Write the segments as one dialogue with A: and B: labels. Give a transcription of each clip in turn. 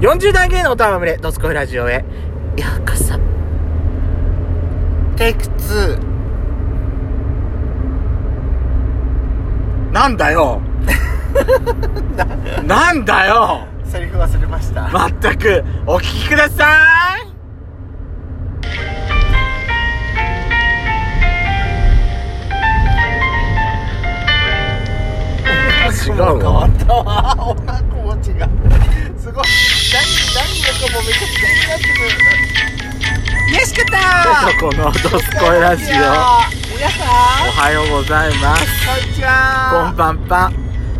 A: 40代芸能たまむれ、ドスコイラジオへ、ようこそ。テイク2。
B: なんだよ なんだよ
A: セリフ忘れました。
B: まったく、お聞きください違 うわ
A: 変わったわ。お腹も違う。すごい。何、何のかもめちゃくちゃになってくる。よしかった
B: この「ドスコイラジオ」
A: 皆さ
B: お
A: ん、
B: はようございます
A: こんにち
B: こん
A: は。
B: ばんぱ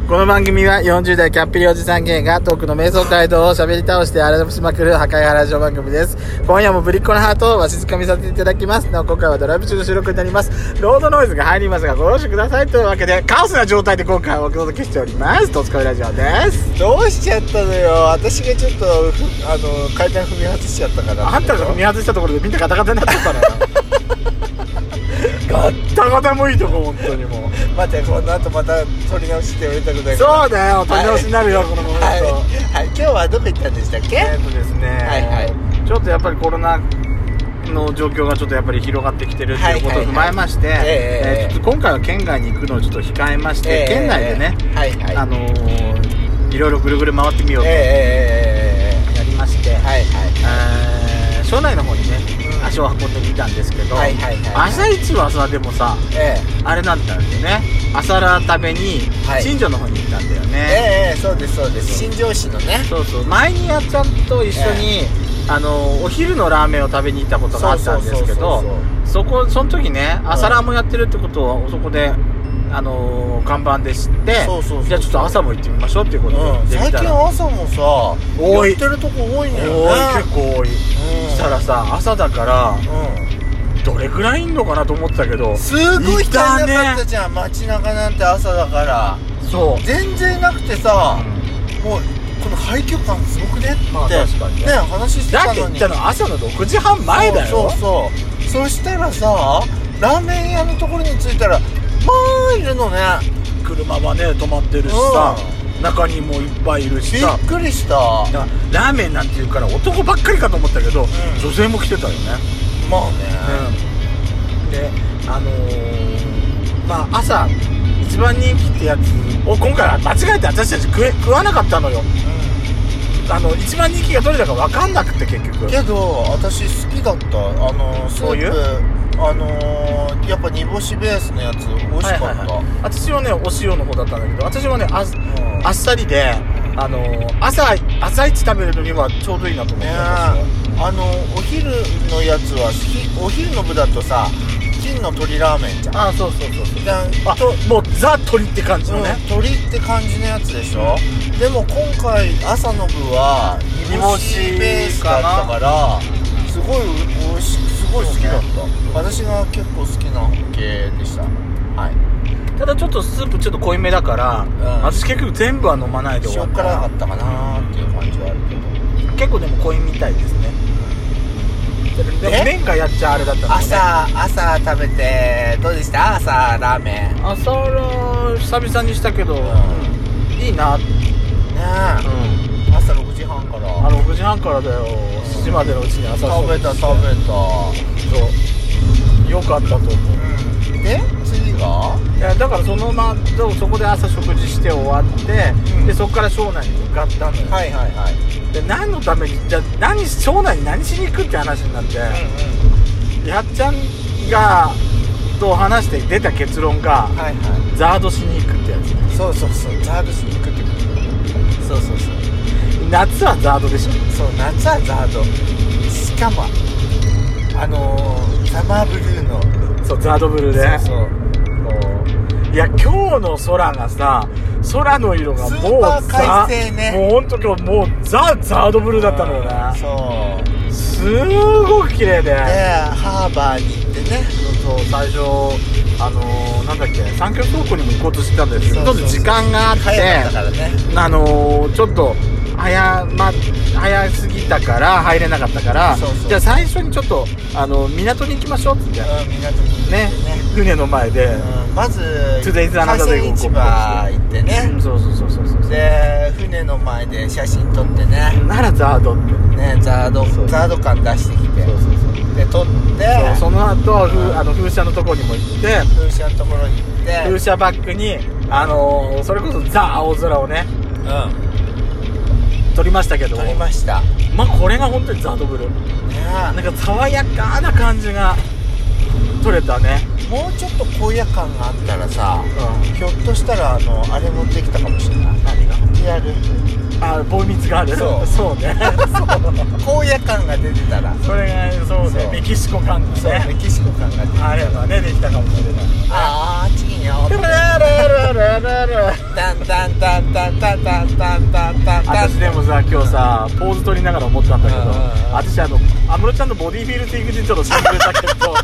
B: この番組は40代キャッピリおじさん芸がトークの瞑想街道を喋り倒して荒らしまくる破壊派ラジオ番組です今夜もぶりっ子のハートをわしづかみさせていただきますなお今回はドライブ中の収録になりますロードノイズが入りますがご容赦くださいというわけでカオスな状態で今回お届けしております「ドスコイラジオ」です
A: どうしちゃったのよ。私がちょっと、ふあの、階段踏み外しちゃったから。
B: あんたが見外したところでみんなガ タガタになっちゃったのよガッタガタもいいとこ本当にもう
A: 待って、この後また撮り直してやりたくないから。
B: そうだよ取り直しになるよ、このコメント、
A: はい、はい、今日はどこ行ったんでしたっけ、
B: えっとですね、
A: はいは
B: ちょっとやっぱりコロナの状況がちょっとやっぱり広がってきてるっていうことを踏まえまして、
A: はいはいはいえ
B: え
A: え
B: ーちょっと今回は県外に行くのをちょっと控えまして、
A: えー
B: 県内でね、
A: はいはい
B: あのーいろいろぐるぐる回ってみようとや
A: えええええええ
B: りまして、
A: えはいはい
B: えー、庄内の方にね
A: うん
B: 足を運んでみたんですけど、
A: はいはいはいはい
B: 朝一はさでもさ
A: え
B: あれなんだよね朝ラー食べに
A: はい
B: 新庄の方に行ったんだよね、
A: えええそうですそうです新庄市のね
B: そうそう前にやっちゃんと一緒に、あのお昼のラーメンを食べに行ったことがあったんですけど
A: そうそうそ
B: そ
A: う
B: こその時ね
A: ん
B: 朝ラーもやってるってことをそこであの看板で知って
A: そうそうそう
B: じゃあちょっと朝も行ってみましょうっていうこ
A: そうそう
B: と
A: うん
B: ででき
A: 最
B: た
A: 近
B: ら、
A: 朝もさ
B: 多い
A: やってるとこ多いんだよ
B: 多い
A: ね
B: 結構多い、
A: うん
B: したらさ朝だからどれくらいいんのかなと思ってたけど
A: うんすごい人いなか
B: いた
A: った
B: ね
A: じゃん、街中なんて朝だから
B: そう
A: 全然なくてさもうこの廃墟感すごくねって、
B: まあ確かにね
A: ね話して
B: だ
A: た
B: って
A: の
B: 行っ
A: に
B: たの朝の6時半前だよ
A: そうそうそうそしたらさラーメン屋のところに着いたらまあいるのね
B: 車はね止まってるしさ、中にもいっぱいいる
A: び
B: しさ
A: っくりした
B: だからラーメンなんていうから男ばっかりかと思ったけど、
A: ん
B: 女性も来てたよね、
A: まあね
B: であのーまあ朝一番人気ってやつを今回は間違えて私たち食え食わなかったのよあの一番人気がどれだか分かんなくて結局
A: けど私好きだったあのスー
B: そ
A: プ
B: ういう
A: あのーやっぱ煮干しベースのやつ美味しかった、
B: はいはいはい私はねお塩の方だったんだけど私はねあ
A: うん
B: あっさりであのー朝朝一食べるのにはちょうどいいなと思って
A: ね
B: 私
A: え
B: は
A: あのお昼のやつはひお昼の部だとさ金の鶏ラーメンじゃん
B: ああそうそうそうそう
A: じゃん
B: あ
A: と
B: もうザ鳥って感じのね、
A: うん、鳥って感じのやつでしょでも今回朝の部は煮干しベースだったからすごい美味しすごい好きだった、私が結構好きな系でしたはい
B: ただちょっとスープちょっと濃いめだから、
A: ん
B: 私結局全部は飲まないで終わ
A: 塩
B: った
A: 辛かったかなっていう感じはあるけど
B: 結構でも濃いみたいですねでも
A: え
B: 麺がやっちゃあれだったのね
A: 朝朝食べてどうでした朝ラーメンね
B: 朝ラー久々にしたけど、いいな、うん、
A: え朝6時半から
B: あの6時半からだよ7時までのうちに朝
A: 食べた食べた
B: そうよかったと思う
A: で次が
B: いやだからそのまでもそこで朝食事して終わって、
A: うん
B: でそこから庄内に向かったのよ、
A: はいはいはい
B: で何のためにじゃあ何庄内に何しに行くって話になって、やっちゃんがと話して出た結論が
A: はいはい
B: ザードしに行くってやつ
A: そうそうそうザードしに行くって
B: そうそうそう夏はザードでしょ
A: そう夏はザードしかもあのー、サマーブルーの
B: そうザードブルーで
A: そうそう
B: いや今日の空がさ空の色がもう
A: スーパー
B: ザ
A: 快晴ね
B: もうほんと今日もうザ・ザードブルーだったのよね
A: そう
B: すごく綺麗で
A: でハーバーに行ってね
B: そうそう最初あのー、なんだっけ三脚倉庫にも行こうとしてたんですけどち
A: そ
B: ょ
A: う
B: っ
A: そう
B: と
A: そう
B: 時間があって
A: 早かったからね
B: あのー、ちょっと早,、ま、早すぎたから入れなかったから
A: そうそう
B: じゃあ最初にちょっとあの港に行きましょうって言って
A: うん港に
B: ね船の前で、
A: うんまず
B: Today's another day
A: 海鮮市場行って
B: う
A: ね
B: ん、そうそうそうそうそう
A: で船の前で写真撮ってね
B: ならザードって
A: ねザード
B: そう
A: ザード感出してきて
B: そうそうそう
A: で撮って
B: そうその後ふあの風車のところにも行って
A: 風車のところに行って
B: 風車バックにあのーそれこそザ青空をね
A: うん
B: 撮りましたけど
A: 撮りましたね
B: まあこれが本当にザドブルなんか爽やかな感じが撮れたね
A: もうちょっと荒野感があったらさ
B: うん
A: ひょっとしたらあのあれ持ってきたかもしれない
B: 何が
A: リアル
B: あ棒蜜がある
A: そう
B: そう ね
A: 荒野感が出てたら
B: それがそうね
A: そう
B: メキシコ感が
A: そうメ
B: ね
A: キシコ感が出て
B: あればねできたかもしれない
A: ああチキンよ
B: ラララララ
A: タンタンタンタンタンタンタンタンタンタン
B: 私でもさ今日さポーズ取りながら思ったんだけど
A: うんうんうん
B: 私あの安室ちゃんのボディーフィルティングでちょっとシンプルだけど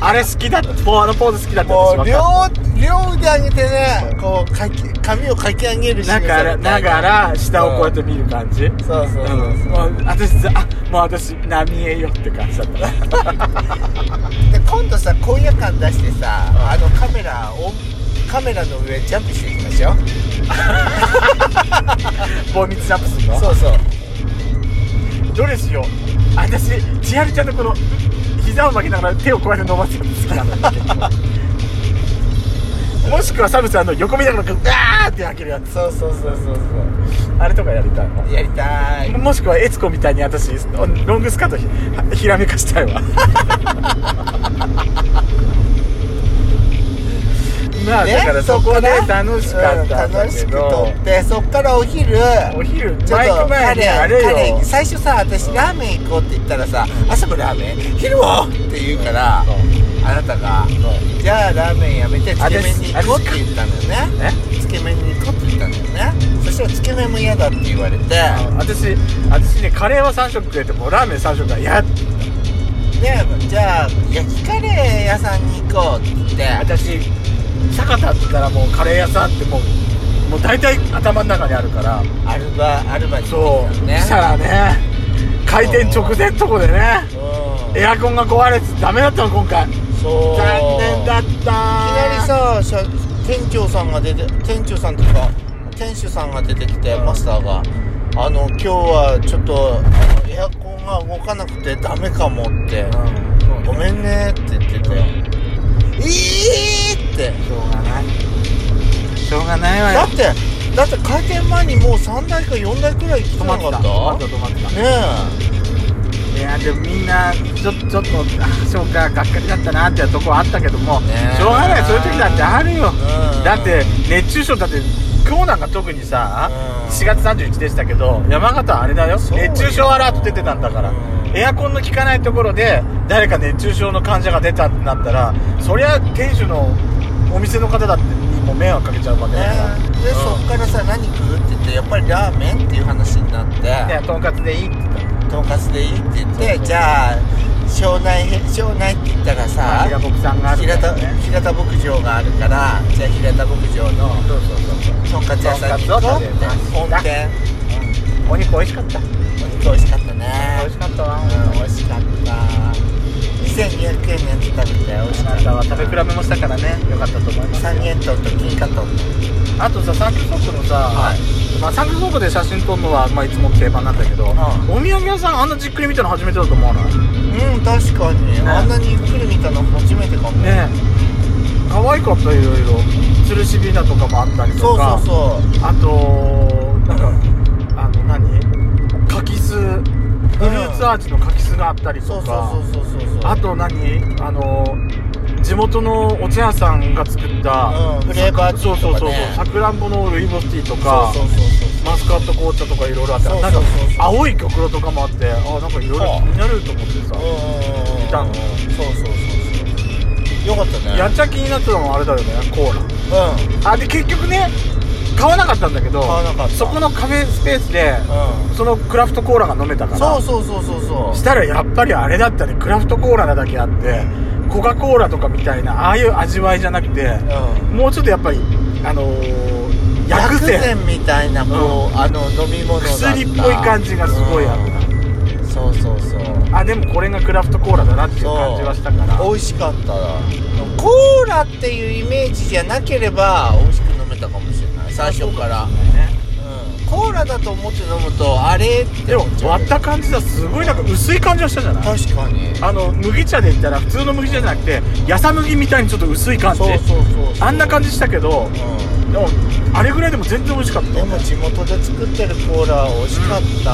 B: あれ好きだってもうあのポーズ好きだって
A: も
B: 私
A: う
B: 分
A: 両
B: かっ
A: 両腕上げてねこうかき髪をかき上げる
B: ただからだから下をこうやって見る感じうん
A: そうそうそう
B: もう私あもう私浪江よって感じだった
A: で今度さ今夜感出してさあのカメラをカメラの上ジャンプしていきましょう
B: 棒蜜ジャンプするの
A: そうそう
B: どれしよう私千春ちゃんのこの膝を曲げながら手をこうやって伸ばすの好きなのよ 結構もしくはサムさんの横見ながらこううわーって開けるやつ
A: そうそうそうそうそ
B: あれとかやりたいう
A: やりたい
B: もしくはエツコみたいに私ロングスカートひひらめかしたいわ まあ、
A: ね
B: だからそこで楽しかった
A: うんん
B: だ
A: 楽
B: け
A: しく
B: ど、
A: 撮ってそっからお昼
B: お昼
A: ちょっ
B: マイ
A: と
B: ク前にあれ
A: 彼
B: よ
A: 彼最初さ私ラーメン行こうって言ったらさ朝もラーメン昼もって言うからあなたがじゃあラーメンやめてつけ麺に行こうって言ったんだよね
B: ね
A: つけ麺に行こうって言ったんだよねそしたらつけ麺も嫌だって言われて
B: 私私ねカレーは3食食えてもラーメン3食はやっ
A: でじゃあ焼きカレー屋さんに行こうって言って
B: 私坂田って言ったらもうカレー屋さんってもうもう大体頭の中にあるから
A: アルバアルバに行
B: そう
A: ってきたの
B: そしたらね開店直前のとこでね
A: うん
B: エアコンが壊れてダメだったの今回
A: そう
B: 残念だったいき
A: いきなりさしゃ店長さんが出て店長さんっていうか店主さんが出てきてマスターが「あの今日はちょっとあのエアコンが動かなくてダメかも」って「ごめんね」って言ってて「いい!」って
B: しょうがないしょうがないわよ
A: だってだって開店前にもう3台か4台くらい来て
B: 止
A: な
B: まっ
A: か
B: て
A: ったた
B: 止まった止まってた
A: ね
B: いやでもみんなちょちょっとあそうかがっかりだったなってとこはあったけども、
A: ねえ
B: しょうがないそういう時だってあるよ、
A: うん
B: だって熱中症だって今日なんか特にさ、
A: うん
B: 4月31日でしたけど山形はあれだよ
A: そうよ
B: 熱中症アラート出てたんだから、
A: うん
B: エアコンの効かないところで誰か熱中症の患者が出たってなったらそりゃ店主のお店の方だってにも迷惑かけちゃうわ
A: え
B: けだから、
A: ねえでそっからさ何食うって言ってやっぱりラーメンっていう話になって
B: いやとんかつでいいって言ったら
A: とんかつでいいって言っ
B: そうそう
A: てじゃあ庄内へ庄内って言ったらさ
B: 平牧さんがある
A: 平
B: から
A: 田
B: ね
A: 平田牧場があるからじゃあ平田牧場の
B: そうそうそうそう
A: とんかつ屋さんに行こうって
B: とんかつを食べました
A: 本店
B: お肉美味しかった
A: お肉美味しかったね
B: 美味しかったわ、
A: うん美味しかった
B: あな
A: 2200円のやつ食べて美味しかった
B: たは食べ比べもしたからね良かったと思いますよ
A: 三元豚と金貨豚
B: あとさサンクス倉庫のさ、
A: はい
B: まあ、サンクス倉庫で写真撮るのは、まあ、いつも定番なんだけど、
A: ん
B: お土産屋さんあんなじっくり見たの初めてだと思わない
A: うん確かに、あんなにゆっくり見たの初めてかも
B: ねえ可愛かったいろいろ吊るしびなとかもあったり
A: そ
B: と
A: うそ
B: か
A: うそう
B: あとなんかあの何カキスフルーツアーチのカキスがあったり
A: そ
B: と
A: う
B: か
A: そうそうそうそうそう
B: あと何あの地元のお茶屋さんが作った、
A: うんフレーバーティ
B: そ
A: ー
B: うそうそ
A: と
B: う
A: かね
B: さくらんぼのルイボスティーとか
A: そうそうそうそう
B: マスカット紅茶とかいろいろあって
A: そうそ
B: な
A: うんそ
B: か
A: う
B: 青い玉露とかもあってあなんかいろいろ気になると思ってさ
A: い
B: たの
A: そうそうそうそうよかったね
B: やっちゃ気になってたのはあれだよねコー
A: う
B: ラあで結局ね買わなかったんだけど
A: 買わなかった
B: そこのカフェスペースで
A: んうん
B: そのクラフトコーラが飲めたから
A: そうそうそうそうそう
B: したらやっぱりあれだったねクラフトコーラなだけあってコカ・コーラとかみたいなああいう味わいじゃなくて
A: うん
B: もうちょっとやっぱりあのー薬膳
A: みたいなこう、あの飲み物だった
B: 薬っぽい感じがすごいあった
A: うんそうそうそう
B: あでもこれがクラフトコーラだなっていう
A: そう
B: 感じはしたから
A: 美味しかったコーラっていうイメージじゃなければ美味しく飲めたかもしれない最初から、うん、
B: ね
A: コーラだと思って飲むとあれって
B: でも
A: 思っちゃう
B: 割った感じだすごいなんか薄い感じがしたじゃない
A: 確かに
B: あの麦茶で言ったら普通の麦茶じゃなくてやさ麦みたいにちょっと薄い感じ
A: そうそうそうそう
B: あんな感じしたけど
A: う
B: でもあれぐらいでも全然美味しかった
A: んでも地元で作ってるコーラ美味しかった、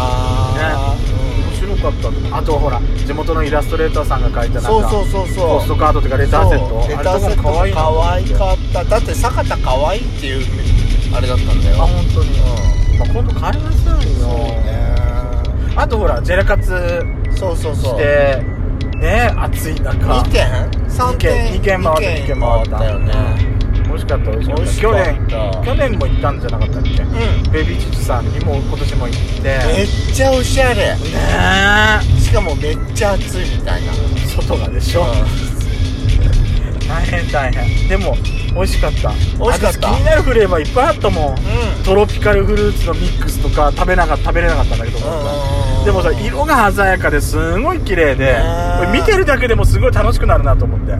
B: 面白かったあとほら地元のイラストレーターさんが描いたなんか
A: そうそうそうそう
B: ポストカードというかレターセット
A: そうレターセットも
B: あれとかも
A: 可
B: 可愛
A: 愛
B: いな
A: かっただって坂田可愛いっていうあれだったんだよ
B: あ本当に、
A: う
B: まあ、今度買いなさいよ
A: そうね
B: あとほらジェラ活
A: そうそうそう
B: してね暑い中
A: 2点3点
B: 二軒回った
A: 二軒
B: 二軒回った
A: 回よね
B: 美味しかった美味しかった
A: 美味しか
B: 去
A: った
B: 年去年も行ったんじゃなかったっけ、
A: ん
B: ベビーチッチさんにも今年も行って
A: めっちゃおしゃれ
B: ね
A: しかもめっちゃ暑いみたいな
B: え外がでしょ、大変大変でも美味しかった
A: 美味しかった
B: あと気になるフレーバーいっぱいあったもん、
A: ん
B: トロピカルフルーツのミックスとか食べなか食べれなかったんだけど、
A: うん
B: でもさ色が鮮やかですごい綺麗で
A: ね
B: これ見てるだけでもすごい楽しくなるなと思って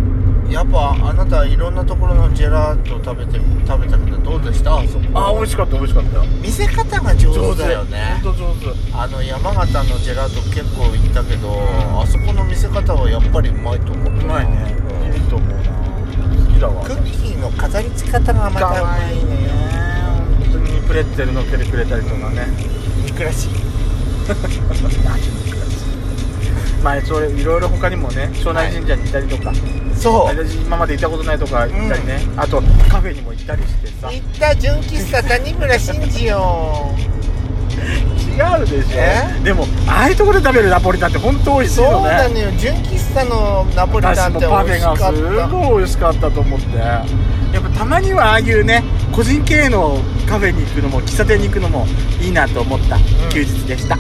A: やっぱあなたいろんなところのジェラート食べて食べたけどどうでしたあそこ
B: ああ美味しかった美味しかったよ
A: 見せ方が上手だよね
B: 本当上手
A: あの山形のジェラート結構行ったけど、あそこの見せ方はやっぱりうまいと思った
B: うまいねいいと思うな好きだわ
A: クッキーの飾り付け方がまたうまいね
B: 本当にプレッツェルのっけてくれたりとかね
A: 憎らしい
B: まあそれいろいろ他にもね庄内神社に行ったりとか、
A: そう
B: 私今まで行ったことないとか行ったりね、あとカフェにも行ったりしてさ違
A: 行った純喫茶谷村新司よ
B: うでし
A: え
B: ょでもああいうところで食べるナポリタンって本当美味しい
A: そう
B: よ
A: な
B: ね
A: のよ純喫茶のナポリタ
B: 私
A: ンっ
B: も
A: て美
B: パフェ
A: 味しか
B: が
A: っ
B: す
A: た
B: ごい美味しかったと思ってやっぱたまにはああいうね個人経営のカフェに行くのも喫茶店に行くのもいいなと思った休日でした、